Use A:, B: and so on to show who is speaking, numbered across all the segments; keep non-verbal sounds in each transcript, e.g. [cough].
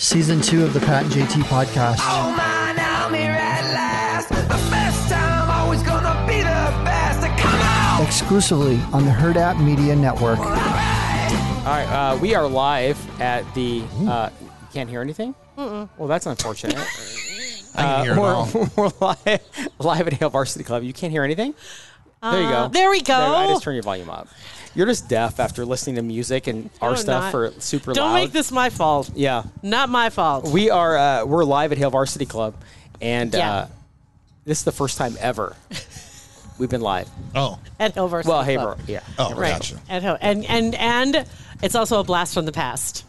A: Season two of the Pat and JT podcast.
B: Oh man, I'm here at last. The best time, always gonna be the best. Come on!
A: Exclusively on the Herd App Media Network.
C: All right, uh, we are live at the. Uh, you can't hear anything. Well, that's
D: [laughs]
C: unfortunate. Uh,
E: I can hear it
C: we're,
E: all.
C: [laughs] we're live, live at Hale Varsity Club. You can't hear anything. There you go.
D: Uh, there we go.
C: I just turned your volume up. You're just deaf after listening to music and our
D: No,
C: stuff
D: not.
C: for super
D: Don't
C: loud.
D: make this my fault.
C: Yeah,
D: Not my fault.
C: we are. Uh, we're live at Hale Varsity Club, and
D: Yeah.
C: uh, this is the first time
D: [laughs]
C: ever we've been live.
E: Oh,
D: at Hill versus
C: Well,
D: the
C: hey, bro.
D: Club.
C: Yeah.
E: oh,
D: Right.
E: gotcha.
D: At Hill. And, and, and it's also a blast from the past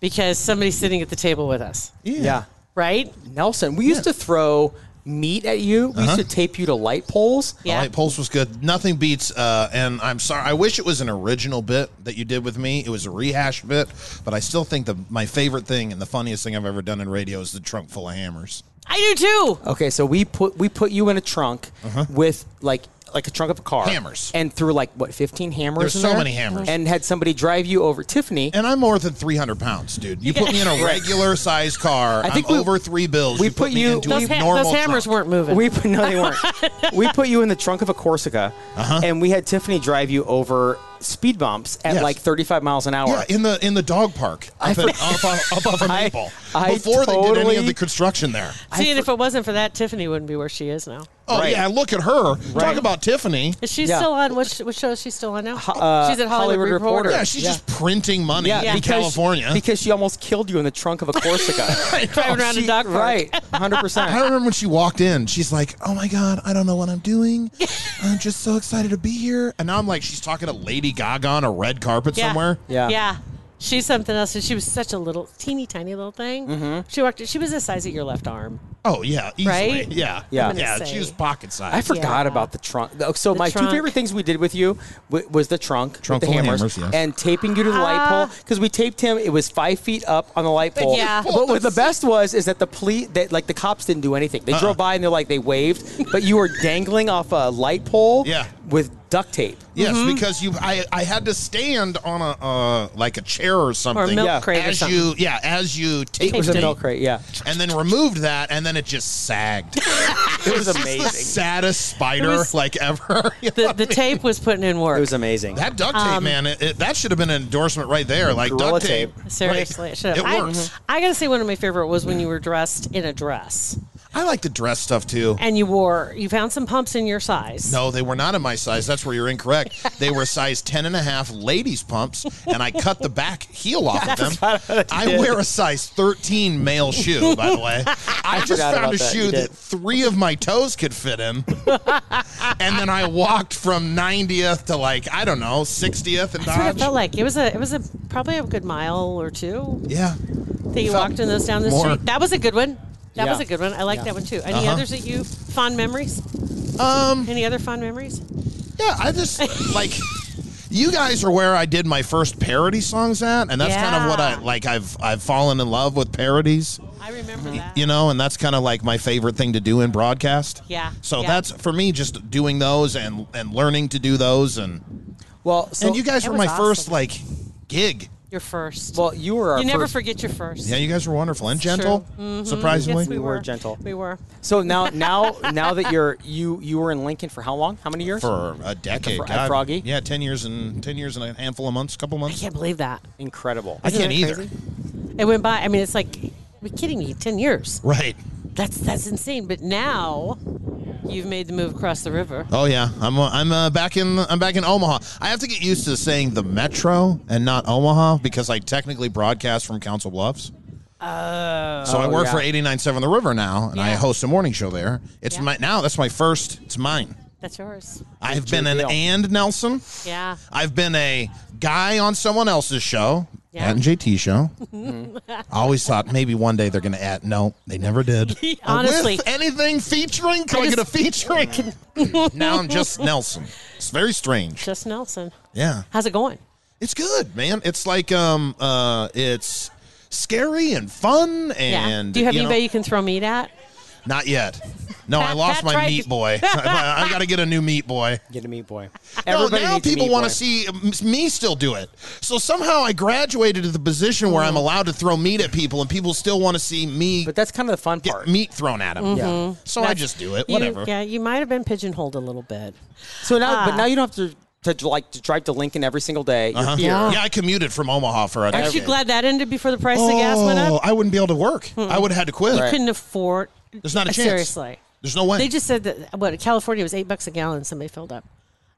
D: because somebody's sitting at the table with us,
C: yeah,
D: right?
C: Nelson, we used to throw meat at you. We
E: Uh-huh.
C: used to tape you to light poles.
E: The
D: Yeah.
E: light pulse was good. Nothing beats. Uh, and I'm sorry. I wish it was an original bit that you did with me. It was a rehashed bit, but I still think the my favorite thing and the funniest thing I've ever done in radio is the trunk full of hammers.
D: I do too.
C: Okay, so we put we put you in a trunk with like like a trunk of a car
E: Uh-huh. Hammers.
C: and threw like what fifteen hammers.
E: There's
C: in
E: so
C: there?
E: many hammers.
C: and had somebody drive you over Tiffany.
E: And I'm more than 300 pounds, dude. You put me in a regular sized car. I
C: think
E: am
C: we-
E: over three bills.
C: we
E: you
C: put
E: put me
C: you-
E: into
D: Those,
E: a
D: ha-
E: normal.
D: those hammers
E: trunk.
D: weren't
C: [laughs]
D: moving.
C: we put no, they
D: [laughs]
C: weren't. we put you in the trunk of a Corsica,
E: Uh-huh.
C: and we had Tiffany drive you over speed bumps at
E: Yes.
C: like thirty-five miles an hour.
E: Yeah, in the in the dog park up, at, up, up, up off of
C: I-
E: Maple
C: I
E: before they did any of
C: totally-
E: the construction there.
D: See, and if it wasn't for that, Tiffany wouldn't be where she is now.
E: Oh
C: Right.
E: yeah, look at her. Talk about Tiffany.
D: Is she
C: Yeah. uh,
D: still on? Which, which show is she still on now? She's at Hollywood,
C: Hollywood
D: Reporter.
C: Reporter.
E: Yeah, she's
C: Yeah.
E: just printing money
C: Yeah,
E: in California.
C: because she almost killed you in the trunk of a
E: [laughs]
C: Corsica.
D: Driving around
C: She-
D: a dog park.
C: right, hundred
E: I
C: percent.
E: remember when she walked in, she's like, "Oh my god, I don't know what I'm doing. I'm just so excited to be here." And now I'm like, she's talking to Lady Gaga on a red carpet
D: Yeah.
E: somewhere.
C: Yeah.
D: Yeah. She's something else. And she was such a little, teeny tiny little thing.
C: Mm-hmm.
D: She walked, she was the size of your left arm.
E: Oh yeah, easily.
D: Right?
E: Yeah,
C: Yeah. I'm gonna
E: yeah.
D: say.
E: She was pocket sized.
C: I forgot
D: Yeah.
C: about the trunk. Oh, So my two
D: trunk.
C: favorite things we did with you w- was the trunk,
E: Trunk
C: with the
E: full of
C: hammers,
E: hammers, yes.
C: and taping you to the
D: Ah.
C: light pole because we taped him. It was five feet up on the light pole.
D: Yeah.
C: But what the best was is that the police, that like the cops didn't do anything.
E: Uh-uh.
C: They drove by and they're like they waved, but you were dangling off a light pole.
E: Yeah.
C: With duct tape.
E: Yes, because you, I, I had to stand on a uh, like a chair or something.
D: milk
C: Yeah.
D: crate or
E: as
D: something.
E: you, yeah, as you taped
C: It was a
E: tape
C: milk crate. Yeah.
E: and then removed that, and then it just sagged. it was amazing. The saddest spider
D: It was-
E: like ever. [laughs] You know
D: The,
E: what
D: the
E: I mean?
D: tape was putting in work.
C: It was amazing.
E: That duct
D: Um,
E: tape, man, it, it, that should have been an endorsement right there. Like
C: Gorilla
E: duct tape.
C: tape.
E: right?
D: Seriously, it should have.
E: it
D: I,
E: works.
D: I gotta say, one of my favorite was when you were dressed in a dress
E: I like the dress stuff too.
D: Mm-hmm. and you wore. You found some pumps in your size.
E: No, they were not in my size. That's where
D: [laughs]
E: you're incorrect. They were size 10 and a half ladies pumps, and I cut the back heel off of them. I wear a size 13 male shoe, by the
C: [laughs]
E: way. I, just
C: forgot
E: found
C: about
E: a
C: that.
E: shoe
C: You
E: that
C: did.
E: three of my toes could
C: [laughs]
E: fit in. and then I walked from 90th to like, I don't know, 60th and
D: That's what it
E: Dodge.
D: felt like. It was a. It was a probably a good mile or two
E: Yeah.
D: that you walked in those down the
E: more.
D: street. That was a good one. That
C: Yeah.
D: was a good one. I like that one too. Any others that you fond memories? Um. Any other fond memories?
E: Yeah, I just like you guys are where I did my first parody songs at, and that's kind of what I
D: Yeah.
E: like. I've I've fallen in love with parodies,
D: I remember that.
E: you know, and that's kind of like my favorite thing to do in broadcast.
D: Yeah,
E: So
D: yeah.
E: that's for me just doing those and and learning to do those, and
C: well, so
E: and you guys
D: that
E: were my
D: was
E: first
D: awesome.
E: like gig.
D: Your first.
C: Well, you were. Our
D: you never
C: first-
D: forget your first.
E: Yeah, you guys were wonderful and gentle, surprisingly.
D: Mm-hmm. Yes, we,
C: were gentle.
D: We were.
C: So now, now, now that you're you you were in Lincoln for how long? How many years?
E: for a decade,
C: Fro- at
E: God.
C: Froggy?
E: Yeah, ten years and ten years and a handful of months, couple
D: I
E: months.
D: can't believe that.
C: Incredible.
E: I can't
D: that
E: either.
D: crazy? It went by. I mean, it's like, we kidding me? Ten years.
E: Right.
D: That's that's insane. But now you've made the move across the river.
E: Oh yeah, I'm uh, I'm uh, back in I'm back in Omaha. I have to get used to saying the Metro and not Omaha because I technically broadcast from Council Bluffs. Oh. So I
C: Oh,
E: work
C: yeah.
E: for 897 The River now, and I
D: Yeah.
E: host a morning show there. It's
D: Yeah.
E: my now that's my first. It's mine.
D: That's yours.
E: I've
C: your
E: been an
C: deal.
E: and Nelson.
D: Yeah.
E: I've been a guy on someone else's show.
D: Yeah.
E: Pat and
D: [laughs]
E: JT show. I always thought maybe one day they're going to add. No, they
D: [laughs]
E: never did.
D: Honestly.
E: With anything featuring? Can I,
D: I
E: get a featuring?
D: [laughs]
E: now I'm just Nelson. It's very strange.
D: Just Nelson.
E: Yeah,
D: How's it going?
E: it's good, man. It's like um uh, it's scary and fun and
D: yeah. Do you have
E: you know-
D: anybody you can throw meat at?
E: Not yet. No, I
D: [laughs] Pat-
E: lost
D: Pat
E: my
D: tried
E: meat
D: to-
E: boy. [laughs] I, got to get a new meat boy.
C: Get a meat [laughs] boy.
E: No,
C: Everybody
E: now
C: needs a
E: people
C: meat
E: want
C: boy.
E: to see um, me still do it. So somehow I graduated to the position where I'm allowed to throw meat at people, and people still want to see me
C: But that's kind of the fun part.
E: get meat thrown at
C: Yeah.
E: them. So I
D: Mm-hmm. That's-
E: just do it.
D: you-
E: Whatever.
D: yeah, you might have been pigeonholed a little bit.
C: So now,
D: Ah.
C: but now you don't have to to like to drive to Lincoln every single day. You're
E: Uh-huh.
C: here.
E: Yeah, I commuted from Omaha for a day.
D: Aren't you glad that ended before the price of the gas went
E: Oh,
D: up?
E: I wouldn't be able to work. I would have had to quit.
C: Right.
D: Couldn't afford.
E: There's not a chance.
D: Uh, Seriously.
E: There's no way.
D: They just said that what California was eight bucks a gallon. Somebody filled up.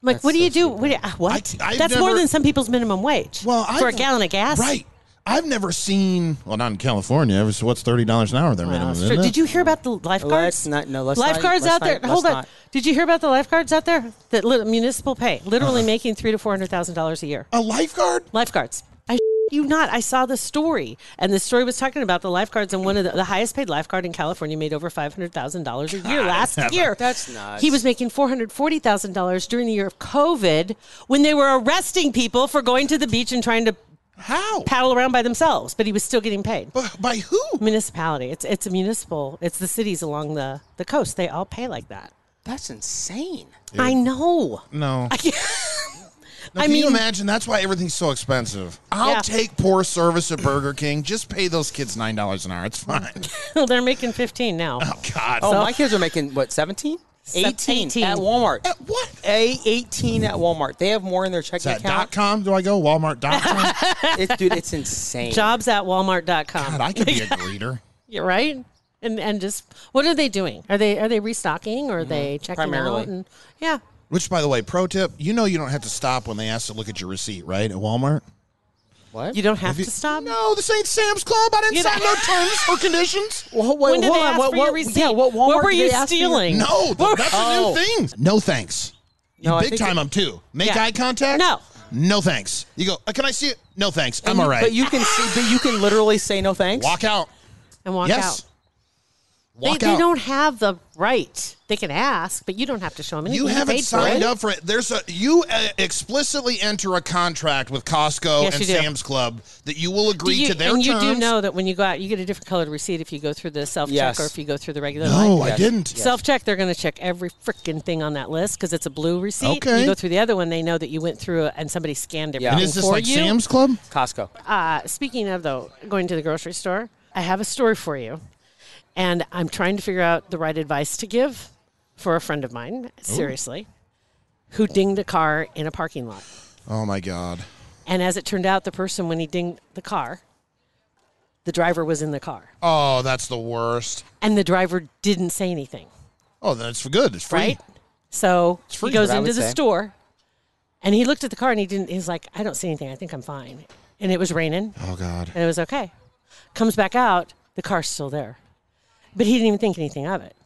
D: I'm like, what do you do? What? Do you, ah, what?
E: I- I've
D: That's more
E: never-
D: than some people's minimum wage.
E: well,
D: for
E: I've-
D: a gallon of gas,
E: Right. I've never seen. Well, not in California. So what's thirty dollars an hour? Their
D: Wow,
E: minimum.
D: it's
E: isn't
D: true.
E: it?
D: Did you hear about the lifeguards?
C: Let's not- no, let's not-
D: lifeguards
C: let's
D: out there.
C: not-
D: Hold
C: let's
D: on.
C: not.
D: Did you hear about the lifeguards out there that li- municipal pay,
E: Uh-huh.
D: literally making three to four hundred thousand dollars a year?
E: A lifeguard?
D: lifeguards. I [laughs] shit you not. I saw the story, and the story was talking about the lifeguards, and one of the, the highest paid lifeguard in California made over five hundred thousand dollars a year last year.
C: That's nuts.
D: He was making four hundred forty thousand dollars during the year of COVID when they were arresting people for going to the beach and trying to
E: How?
D: paddle around by themselves, but he was still getting paid.
E: By- By who?
D: Municipality. It's it's a municipal. It's the cities along the the coast. They all pay like that.
C: That's insane.
D: I know. [laughs]
E: No. Mm. Now,
D: I
E: can
D: mean,
E: you imagine? That's why everything's so expensive. I'll
D: Yeah.
E: take poor service at Burger King. Just pay those kids nine dollars an hour. It's fine.
D: [laughs] they're making fifteen now.
E: oh God.
C: Oh, my kids are making what 17? 18,
D: 18.
C: at Walmart.
E: At Uh, what?
C: A 18 at Walmart. They have more in their
E: Is
C: checking
E: that dot
C: account.
E: com? Do I go Walmart
C: [laughs]
E: dot com?
C: It- dude, it's insane.
D: Jobs at Walmart.com.
E: God, I could be a greeter.
D: Yeah, right? And and just what are they doing? Are they are they restocking or are
E: Mm-hmm.
D: they checking
C: Primarily.
D: out? And, yeah.
E: Which, by the way, pro tip: you know you don't have to stop when they ask to look at your receipt, right? At Walmart.
C: What?
D: You don't have,
E: You-
D: to stop.
E: No, this ain't Sam's Club. I didn't
D: You
E: sign
D: know-
C: [laughs]
E: no terms or conditions.
C: Well, what,
D: When did
C: hold
D: they
C: on,
D: ask
C: what,
D: for
C: what,
D: your receipt?
C: Yeah, what Walmart
D: What were
C: did
D: you
C: they ask for your-
D: stealing?
E: No, th- that's
C: Oh.
E: a new thing. No thanks. You
C: No, I
E: big
C: think
E: time
C: it-
E: them too. Make
D: Yeah.
E: eye contact.
D: No.
E: No thanks. You go. "Uh, Can I see it? No thanks. I'm
C: You-
E: all right.
C: But you can see, but you can literally say no thanks.
E: walk out.
D: And walk
E: yes.
D: out. They,
E: Walk
D: they
E: out.
D: don't have the right. They can ask, but you don't have to show them anything.
E: You haven't
D: paid
E: signed
D: for it.
E: up for it. There's a you uh, explicitly enter a contract with Costco
D: Yes,
E: and
D: you do.
E: Sam's Club that you will
D: Do
E: agree
D: you,
E: to their
D: and
E: terms.
D: you do know that when you go out, you get a different colored receipt if you go through the self check
C: Yes.
D: or if you go through the regular line.
E: no, I didn't.
D: Self check, they're going to check every freaking thing on that list because it's a blue receipt.
E: Okay.
D: You go through the other one, they know that you went through it and somebody scanned everything
C: Yeah.
E: And is this
D: for
E: like
D: you.
E: Sam's Club?
C: Costco.
D: Uh, speaking of though, going to the grocery store, I have a story for you, and I'm trying to figure out the right advice to give for a friend of mine. Seriously, who dinged a car in a parking lot,
E: Oh my God.
D: and as it turned out, the person when he dinged the car, the driver was in the car,
E: Oh, that's the worst.
D: and the driver didn't say anything.
E: Oh, that's for good. It's free.
D: right? So
E: free,
D: he goes
C: what I
D: into
C: would
D: the
C: say.
D: store, and he looked at the car and he didn't. He's like, I don't see anything. I think I'm fine. And it was raining.
E: Oh God.
D: and it was okay. Comes back out, the car's still there. But he didn't even think anything of it.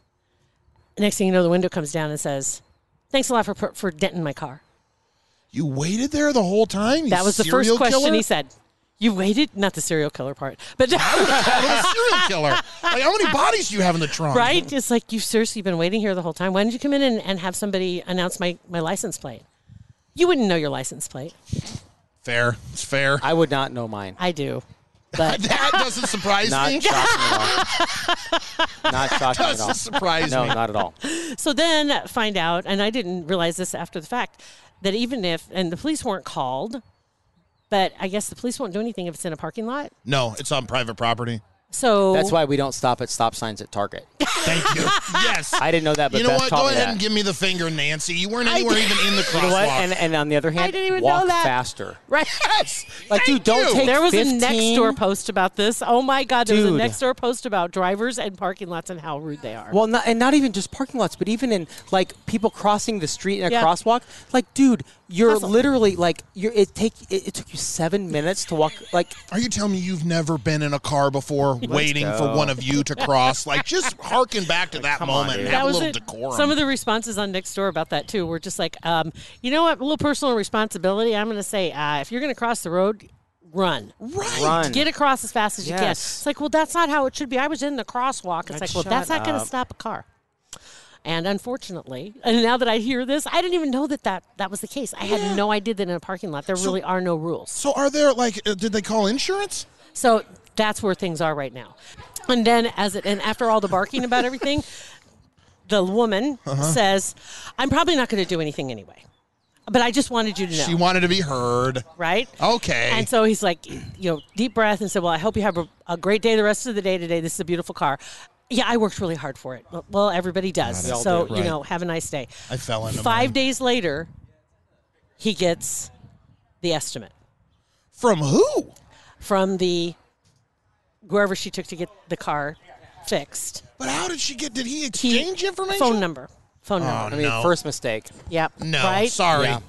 D: Next thing you know, the window comes down and says, Thanks a lot for, for denting my car.
E: You waited there the whole time. You
D: That was the first
E: serial
D: question
E: killer?
D: he said. You waited? Not the serial killer part, but [laughs]
E: Call him a serial killer. Like how many bodies do you have in the trunk?
D: right? [laughs] It's like, You've seriously been waiting here the whole time. Why didn't you come in and, and have somebody announce my, my license plate? You wouldn't know your license plate.
E: Fair. It's fair.
C: I would not know mine.
D: I do. But
E: [laughs] that doesn't surprise
C: Not
E: me.
C: shocking at all. Not shocking at all.
E: Doesn't surprise
C: No,
E: me.
C: not at all.
D: so then find out, and I didn't realize this after the fact, that even if, and the police weren't called, but I guess the police won't do anything if it's in a parking lot.
E: no, it's on private property.
D: So
C: That's why we don't stop at stop signs at Target.
E: Thank [laughs] you. yes.
C: I didn't know that, but
E: you know
C: Beth
E: what?
C: taught
E: Go
C: me
E: ahead
C: that.
E: and give me the finger, Nancy. You weren't anywhere even in the crosswalk.
C: You know what? And, and on the other hand,
D: didn't even
C: walk
D: know that.
C: faster.
D: [laughs] Right.
C: Like, dude, don't
E: you.
C: take.
D: There was
C: 15.
D: a next door post about this. Oh my God. There was a
C: Dude.
D: next door post about drivers and parking lots and how rude they are.
C: Well, not, and not even just parking lots, but even in like people crossing the street in a
D: Yeah.
C: crosswalk. Like, dude, you're
D: Hustle.
C: literally like you're. It take it, it took you seven minutes to walk. Like,
E: Are you telling me you've never been in a car before waiting for one of you to cross? Like, just harken back to that moment and
C: dude.
E: have a little
D: it.
E: decorum.
D: Some of the responses on next door about that too were just like, um, you know what? A little personal responsibility. I'm going to say, uh, if you're going to cross the road, run.
E: Right.
C: Run.
D: Get across as fast as you can.
C: Yes.
D: It's like, well, that's not how it should be. I was in the crosswalk. It's like, well,
C: shut
D: that's not going to
C: up.
D: stop a car. And unfortunately, and now that I hear this, I didn't even know that that, that was the case. I had no idea that in a parking lot there really are no rules.
E: So are there like? Uh, did they call insurance?
D: So that's where things are right now. And then as it and after all the barking about everything, [laughs] the woman
E: Uh-huh.
D: says, "I'm probably not going to do anything anyway." But I just wanted you to know,
E: She wanted to be heard.
D: right?
E: Okay.
D: And so he's like, you know, deep breath and said, "Well, I hope you have a, a great day the rest of the day today. This is a beautiful car." Yeah, I worked really hard for it. Well, everybody does.
C: all
D: so,
E: do.
D: you
E: Right.
D: know, have a nice day.
E: I fell into
D: Five
E: mine.
D: days later, he gets the estimate
E: From who?
D: from the wherever she took to get the car fixed.
E: But how did she get? Did he
D: He-
E: exchange information?
D: Phone number. Phone
E: Oh,
D: number.
C: Oh, I mean,
E: no.
C: first mistake.
D: Yep.
E: no.
D: Right?
E: Sorry.
C: Yeah.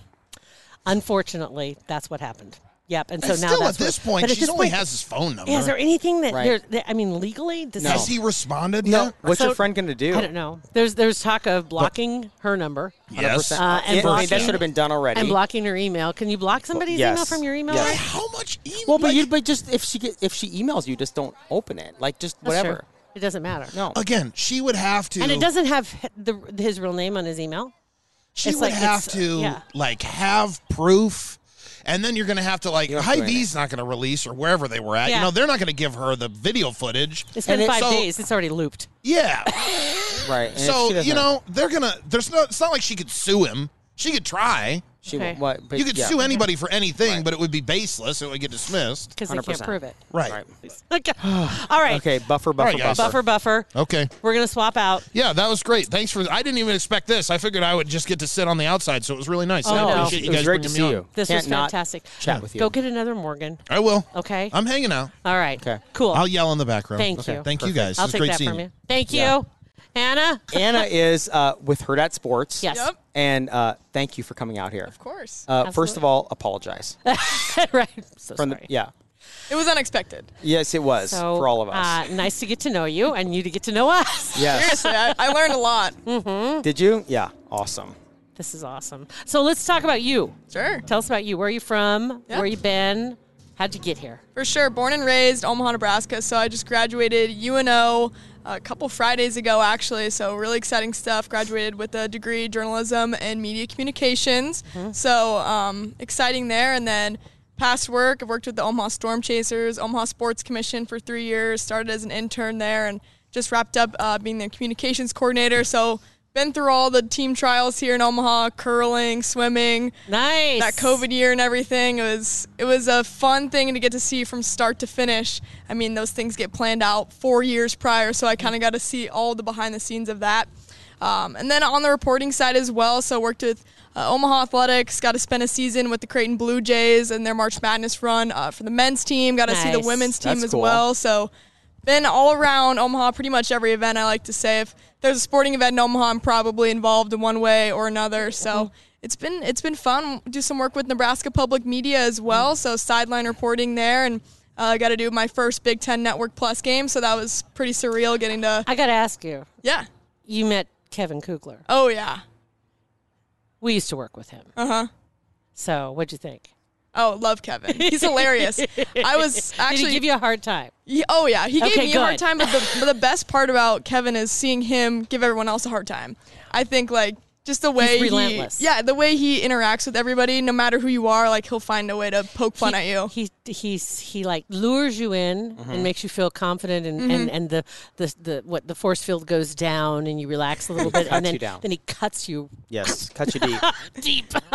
D: Unfortunately, that's what happened. Yep. And so
E: and
D: now
E: still, at
D: that's
E: this
D: what,
E: point,
D: but at
E: she
D: this
E: only
D: point-
E: has his phone number.
D: Yeah, is there anything that
C: Right.
D: there? that- I mean, legally, does
E: Has he responded
C: No.
E: yet?
C: What's
D: So-
C: your friend going to do?
D: I don't know. There's there's talk of blocking her number
E: Yes.
D: Uh, and
C: Yeah, I mean, that
D: blocking-
C: should have been done already.
D: and blocking her email. Can you block somebody's
C: yes.
D: email from your email?
C: Yes.
E: By
D: right?
E: how much? Email?
C: Well, but you, but just if she get, if she emails you, just don't open it. Like just
D: That's true.
C: whatever.
D: It doesn't matter.
C: No.
E: again, she would have to.
D: And it doesn't have h- the, his real name on his email.
E: She
D: it's
E: would
D: like-
E: have
D: it's-
E: to
D: yeah.
E: like have proof. And then you're going to have to like
C: don't have to
E: High
C: do anything.
E: V's not going to release or wherever they were at. You
D: Yeah.
E: know they're not going to give her the video footage.
D: It's been
E: And it-
D: five
E: so-
D: days. It's already looped. [laughs]
E: Yeah.
C: Right. and if she
E: so
C: doesn't-
E: you know they're gonna. There's no. It's not like she could sue him. She could try.
C: she
D: Okay.
C: what? But
E: you could
C: yeah.
E: sue anybody for anything, but it would be baseless. It would get dismissed.
D: because they can't
C: 100%.
D: prove it.
E: Right.
D: [sighs]
C: [sighs]
D: Okay. All right.
C: Okay. Buffer. Buffer.
E: right, guys.
D: Buffer, buffer.
E: Okay.
D: We're gonna swap out.
E: Yeah, that was great. Thanks for. I didn't even expect this. I figured I would just get to sit on the outside, so it was really nice.
D: Oh,
E: I
D: no.
E: appreciate
C: It
E: you
C: was
E: guys
C: great to
E: bringing me
C: see
E: on.
C: you.
D: This
C: Can't
D: was
C: not
D: fantastic. [laughs]
C: Chat with you.
D: Go get another Morgan.
E: I will.
D: Okay.
E: I'm hanging out.
D: All right.
C: Okay.
D: Cool.
E: I'll yell in the background.
D: Thank
E: Okay.
D: you.
E: Thank you guys.
D: I'll
E: Oh, This is
D: take
E: great
D: that
E: seeing
D: from you. Thank you, Anna.
C: Anna is uh, with her at sports.
D: Yes. Yep.
C: And uh, thank you for coming out here.
F: Of course.
C: Uh, first of all,
D: [laughs]
C: apologize.
D: [laughs] right. So
C: From the,
D: sorry.
C: yeah.
F: it was unexpected.
C: Yes, it was
D: So,
C: for all of us.
D: Uh, nice to get to know you, and you to get to
C: [laughs]
D: know us.
C: yes.
F: Seriously, I, I learned a lot.
C: Did you? Yeah. Awesome.
D: This is awesome. So let's talk about you.
F: Sure.
D: Tell us about you. Where are you from?
F: Yeah.
D: Where you been? How'd you get here?
F: For sure. Born and raised Omaha, Nebraska. So I just graduated UNO a uh, couple Fridays ago, actually. So really exciting stuff. Graduated with a degree journalism and media communications. So um, exciting there. And then past work, I've worked with the Omaha Storm Chasers, Omaha Sports Commission for three years. Started as an intern there and just wrapped up uh, being their communications coordinator. So been through all the team trials here in Omaha, curling, swimming,
D: Nice.
F: that COVID year and everything. It was it was a fun thing to get to see from start to finish. I mean, those things get planned out four years prior, so I kind of got to see all the behind the scenes of that. Um, and then on the reporting side as well, so I worked with uh, Omaha Athletics, got to spend a season with the Creighton Blue Jays and their March Madness run uh, for the men's team. Got to see the
D: Nice.
F: women's team
C: That's
F: as
C: cool.
F: well. So been all around Omaha, pretty much every event. I like to say if there's a sporting event in Omaha, I'm probably involved in one way or another. So it's been it's been fun. Do some work with Nebraska Public Media as well. So sideline reporting there, and uh, I got to do my first Big Ten Network Plus game. So that was pretty surreal getting to
D: I gotta ask you.
F: yeah.
D: You met Kevin Kugler.
F: Oh yeah.
D: We used to work with him.
F: Uh
C: Uh-huh.
F: huh.
D: So what'd you think?
F: Oh, love Kevin. He's
D: [laughs]
F: hilarious. I was actually
D: Did he give you a hard time?
F: He- oh yeah, he gave
D: Okay,
F: me a hard
D: good.
F: time. But the,
D: [laughs]
F: but the best part about Kevin is seeing him give everyone else a hard time. I think like just the way
D: relentless.
F: He, yeah, the way he interacts with everybody, no matter who you are, like he'll find a way to poke fun at you. Mm-hmm.
D: He he's he like lures you in and makes you feel confident and, and, and the, the the what the force field goes down and you relax a
C: [laughs]
D: little bit
C: Cuts
D: and then
C: you down.
D: then he cuts you [laughs]
C: Yes. Cut you deep.
D: deep.
F: [laughs]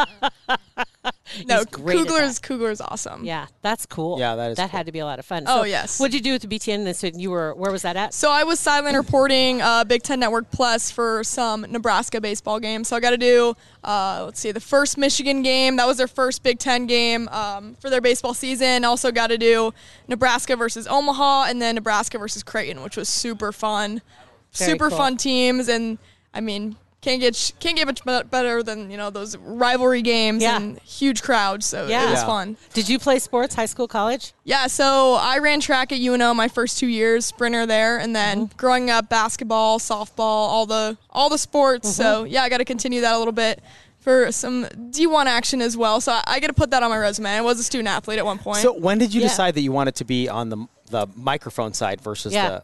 F: no,
D: he's great at
F: Kugler's Kugler's awesome.
D: yeah, that's cool.
C: Yeah, that is
D: that
C: cool.
D: had to be a lot of fun.
F: Oh,
D: So
F: yes.
D: What'd you do at the BTN? This and you were where was that at?
F: So I was sideline reporting uh, Big Ten Network Plus for some Nebraska baseball games. So I got to do, uh, let's see, the first Michigan game. That was their first Big Ten game um, for their baseball season. Also got to do Nebraska versus Omaha and then Nebraska versus Creighton, which was super fun.
D: Very
F: super
D: cool.
F: fun teams, and I mean. Can't get sh- can't get much be- better than you know those rivalry games
D: Yeah.
F: and huge crowds. So
D: Yeah.
F: it was
D: Yeah.
F: fun.
D: Did you play sports, high school, college?
F: Yeah, so I ran track at UNO my first two years, sprinter there, and then
C: Mm-hmm. Mm-hmm.
F: growing up, basketball, softball, all the all the sports. So yeah, I got to continue that a little bit. for some D1 action as well. So I, I get to put that on my resume. I was a student athlete at one point.
C: So when did you
D: Yeah.
C: decide that you wanted to be on the the microphone side versus
D: Yeah.
C: the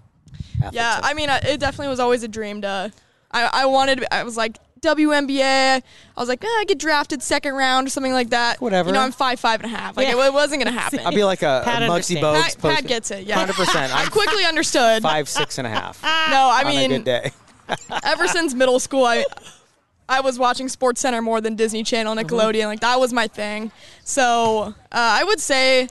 C: athlete
F: yeah,
C: side?
F: I mean, I- it definitely was always a dream to. I, I wanted. I was like WNBA. I was like, eh, I get drafted second round or something like that.
C: Whatever.
F: You know, I'm five five and a half. Like
D: Yeah.
F: it, wa- wasn't gonna
C: [laughs]
F: happen.
C: I'd be like a, a
D: Pat
C: Muggsy
D: understands.
C: Bogues.
F: Pat, Pat gets it. Yeah,
C: [laughs] Hundred percent.
F: I
C: I'm
F: quickly understood.
C: five six and a half.
F: No, [laughs] I
C: on a good
F: mean,
C: day.
F: ever since middle school, I I was watching Sports Center more than Disney Channel,
C: Mm-hmm.
F: Nickelodeon. Like that was my thing. So uh, I would say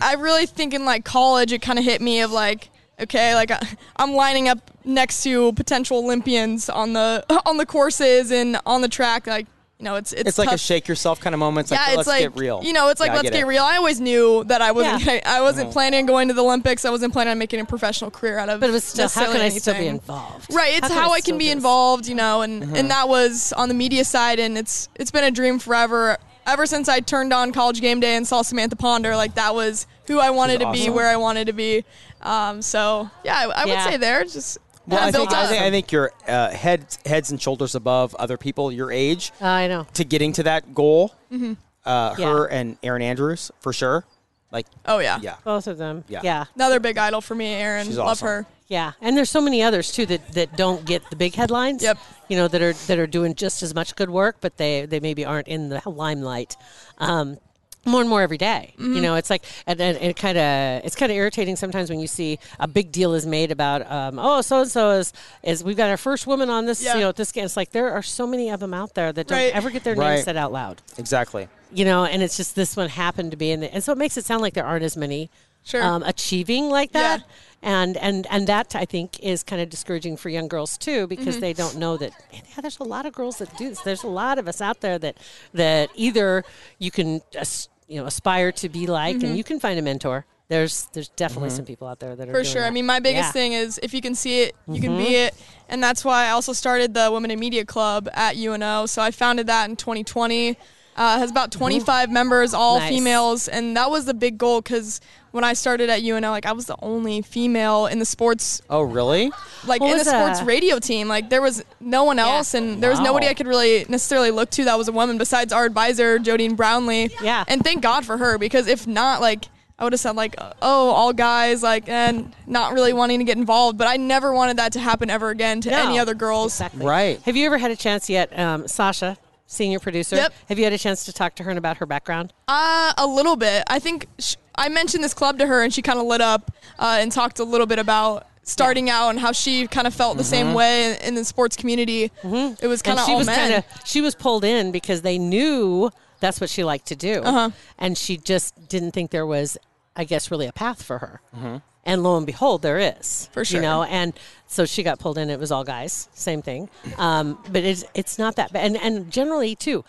F: I really think in like college, it kind of hit me of like, okay, like I- I'm lining up next to potential Olympians on the [laughs] on the courses and on the track. Like you know, it's it's,
C: It's like a
F: tough.
C: shake yourself kind of moment. It's
F: Yeah,
C: like,
F: it's
C: let's
F: like
C: get real.
F: you know, it's like
C: Yeah, I
F: let's
C: get
F: get,
C: it. Mm-hmm.
F: real. I always knew that I wasn't
D: Yeah.
F: gonna, [laughs] I wasn't planning on going to the Olympics. I wasn't planning on making a professional career out of.
D: But it was still, how can
F: necessarily
D: I still be
F: anything.
D: involved?
F: Right, it's how, I
D: still
F: can be
D: do this?
F: involved, you know, and
C: Uh-huh.
F: and that was on the media side, and it's it's been a dream forever. Ever since I turned on College Game Day and saw Samantha Ponder, like that was who I wanted to be,
C: awesome.
F: where I wanted to be. Um, so yeah, I,
D: Yeah.
F: I would say there just
C: Well,
F: kinda
C: I think,
F: built
C: I
F: up.
C: think I think you're uh, heads heads and shoulders above other people your age
D: Uh, I know.
C: to getting to that goal. Uh,
D: Mm-hmm. Yeah.
C: Her and Aaron Andrews for sure. Like
F: oh yeah,
C: yeah,
D: Both of them.
C: Yeah.
D: Yeah.
F: another big idol for me, Aaron.
C: She's
F: Love
C: awesome.
F: her.
D: Yeah, and there's so many others too that, that don't get the big headlines.
F: Yep.
D: You know that are that are doing just as much good work, but they they maybe aren't in the limelight. Um, more and more every day.
F: Mm-hmm.
D: You know, it's like and, and, and kind of it's kind of irritating sometimes when you see a big deal is made about um, oh so and so is is we've got our first woman on this
F: Yeah.
D: you know at this game. It's like there are so many of them out there that don't
F: Right.
D: ever get their
C: Right.
D: names said out loud.
C: exactly.
D: You know, and it's just this one happened to be in the and so it makes it sound like there aren't as many
F: Sure.
D: um, achieving like
F: Yeah.
D: that and and and that I think is kind of discouraging for young girls too
F: Mm-hmm.
D: because they don't know that yeah there's a lot of girls that do this there's a lot of us out there that that either you can as, you know aspire to be like
F: Mm-hmm.
D: and you can find a mentor there's there's definitely some people out there that are
F: For
D: doing
F: sure. I
D: that. Mm-hmm.
F: mean, my biggest
D: Yeah.
F: thing is if you can see it, you can be it. And that's why I also started the Women in Media Club at UNO. So I founded that in 2020. Uh, has
D: Mm-hmm.
F: about 25 members, all
D: Nice.
F: females, and that was the big goal because when I started at UNO, like I was the only female in the sports,
C: Oh really?
F: like
D: What
F: in the
D: was
F: sports
D: that?
F: radio team. Like there was no one else, and there was nobody
C: Wow.
F: I could really necessarily look to that was a woman besides our advisor, Jodine Brownlee.
D: Yeah.
F: and thank God for her because if not, like I would have said like, oh, all guys, like, and not really wanting to get involved. But I never wanted that to happen ever again to any
D: No.
F: other girls.
D: Exactly.
C: Right.
D: Have you ever had a chance yet, um, Sasha, senior producer?
F: Yep.
D: Have you had a chance to talk to her about her background?
F: Uh, a little bit. I think sh- I mentioned this club to her, and she kind of lit up uh, and talked a little bit about starting out and how she kind of felt the same way in, in the sports community. It was
D: Mm-hmm.
F: kind
D: and
F: of
D: she
F: all
D: was
F: men.
D: of she was pulled in because they knew that's what she liked to do,
F: Uh-huh.
D: and she just didn't think there was, I guess, really a path for her. And lo and behold, there is
F: Mm-hmm. For sure.
D: You know, and so she got pulled in. It was all guys, same thing. Um, but it's it's not that bad, and and generally too,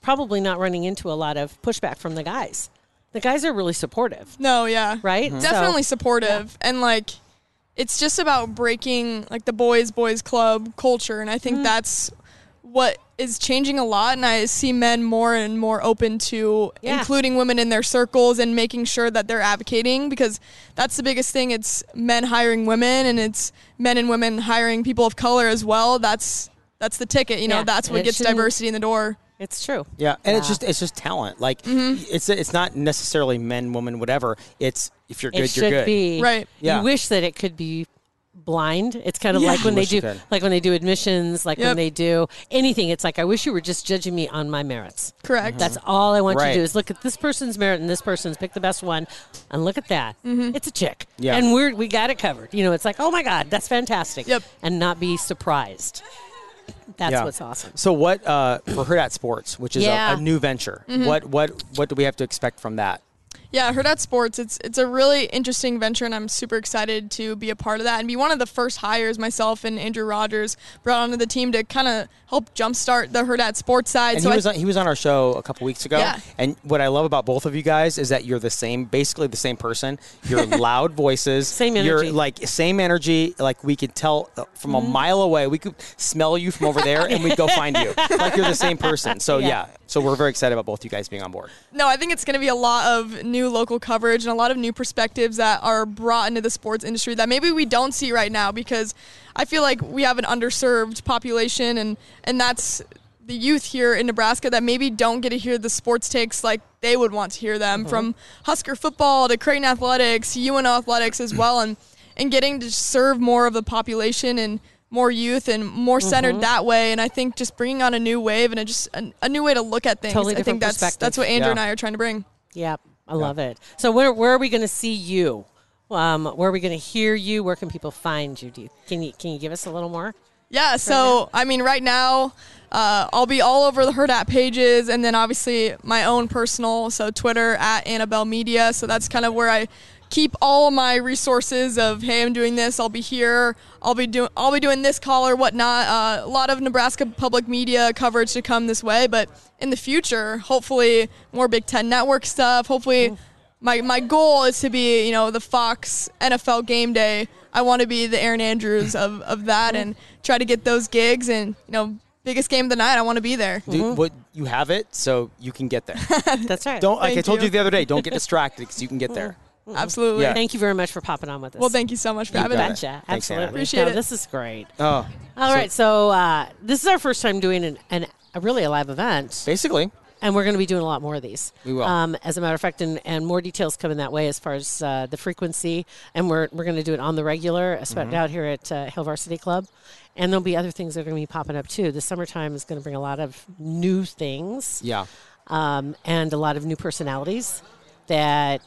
D: probably not running into a lot of pushback from the guys. The guys are really supportive,
F: no, yeah,
D: right? So-
F: Definitely supportive and like it's just about breaking like the boys boys club culture and I
D: Mm-hmm.
F: think that's what is changing a lot and I see men more and more open to
D: Yeah.
F: including women in their circles and making sure that they're advocating because that's the biggest thing it's men hiring women and it's men and women hiring people of color as well that's that's the ticket you know
D: Yeah.
F: that's
D: And
F: what
D: it
F: gets
D: shouldn't-
F: diversity in the door
D: it's true.
C: Yeah, and it's just it's just talent. Like
D: Mm-hmm.
C: it's it's not necessarily men, woman, whatever. It's if you're good,
D: it
C: you're
D: should
C: good.
D: be
F: Right.
C: Yeah.
D: You wish that it could be blind. It's kind of
F: Yeah.
D: like
C: You
D: when they
C: wish it
D: do
C: could.
D: like when they do admissions, like when
F: Yep.
D: they do anything. It's like I wish you were just judging me on my merits.
F: correct
D: That's all I want you
C: Uh-huh. Right.
D: to do is look at this person's merit and this person's pick the best one and look at that.
F: Mm-hmm.
D: It's a chick.
C: Yeah.
D: And we're we got it covered. You know, it's like, "Oh my god, that's fantastic."
F: Yep.
D: And not be surprised. That's
C: Yeah.
D: what's awesome.
C: So what uh, for Herd at Sports, which is
D: Yeah. Mm-hmm.
C: a, a new venture. What what what do we have to expect from that?
F: Yeah, Herd at Sports. It's it's a really interesting venture, and I'm super excited to be a part of that and be one of the first hires myself and Andrew Rogers brought onto the team to kind of help jumpstart the Herd at Sports side.
C: And
F: so
C: he
F: I-
C: was on, he was on our show a couple weeks ago.
F: Yeah.
C: And what I love about both of you guys is that you're the same, basically the same person.
D: [laughs]
C: You're loud voices.
D: Same
C: You're
D: energy. Mm-hmm.
C: like same energy. Like we could tell uh, from a mile away. We could smell you from over there, and we'd go find
D: [laughs]
C: you. Like you're the same person. So yeah.
D: Yeah.
C: So we're very excited about both you guys being on board.
F: no, I think it's going to be a lot of new local coverage and a lot of new perspectives that are brought into the sports industry that maybe we don't see right now because I feel like we have an underserved population, and and that's the youth here in Nebraska that maybe don't get to hear the sports takes like they would want to hear
D: Mm-hmm.
F: them from Husker football to Creighton athletics, UNO athletics as well, and and getting to serve more of the population and more youth and more centered
D: Mm-hmm.
F: that way. And I think just bringing on a new wave and a, just a, a new way to look at things.
D: Totally
F: I
D: different
F: think that's
D: perspective.
F: that's what Andrew
C: Yeah.
F: and I are trying to bring.
D: Yep, I love it. So where where are we going to see you? Um, where are we going to hear you? Where can people find you? Do you, can you can you give us a little more?
F: Yeah, so I mean, right now, uh, I'll be all over the Herd app pages, and then obviously my own personal, so Twitter at Annabelle Media. So that's kind of where I keep all my resources of hey, I'm doing this, I'll be here, I'll be doing, I'll be doing this call or whatnot. Uh, a lot of Nebraska public media coverage to come this way, but in the future, hopefully more Big Ten Network stuff. Hopefully my my goal is to be you know the Fox NFL game day. I want to be the Aaron Andrews of, of that and try to get those gigs and you know biggest game of the night. I want to be
C: [laughs]
F: there.
D: Mm-hmm.
C: Do, what you have it, so you can
D: [laughs]
C: get there.
D: That's right.
C: Don't like I
F: Thank
C: told you.
F: you.
C: the other day. Don't
D: [laughs]
C: get distracted because you can get there.
F: Absolutely.
C: Yeah.
D: Thank you very much for popping on with us.
F: Well, thank you so much for
D: you.
F: having me.
C: got it.
D: Betcha.
C: Thanks, Anna.
D: Absolutely.
F: Appreciate
D: No,
F: it.
D: This is great.
C: Oh,
D: All right, so, uh, this is our first time doing an, an a really a live event.
C: basically,
D: and we're going to be doing a lot more of these.
C: We will.
D: um, as a matter of fact, and, and more details coming that way as far as uh, the frequency, and we're we're going to do it on the regular,
C: Mm-hmm.
D: especially out here at uh, Hill Varsity Club, and there'll be other things that are going to be popping up too. The summertime is going to bring a lot of new things,
C: yeah.
D: um, and a lot of new personalities that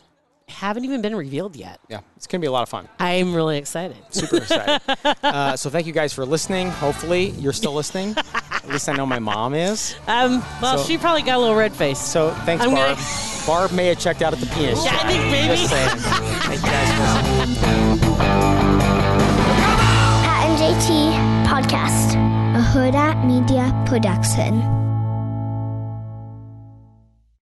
D: haven't even been revealed yet.
C: Yeah, it's going to be a lot of fun.
D: I'm really excited.
C: Super excited. uh, so, thank you guys for listening. Hopefully, you're still listening. At least I know my mom is.
D: Um, well,
C: So-
D: she probably got a little red face.
C: So, thanks,
D: I'm
C: Barb.
D: gonna-
C: Barb may have checked out at the pianist.
D: Yeah, I think maybe.
C: Just saying. Thank you guys for listening.
G: Pat and JT Podcast, a Huda Media Production.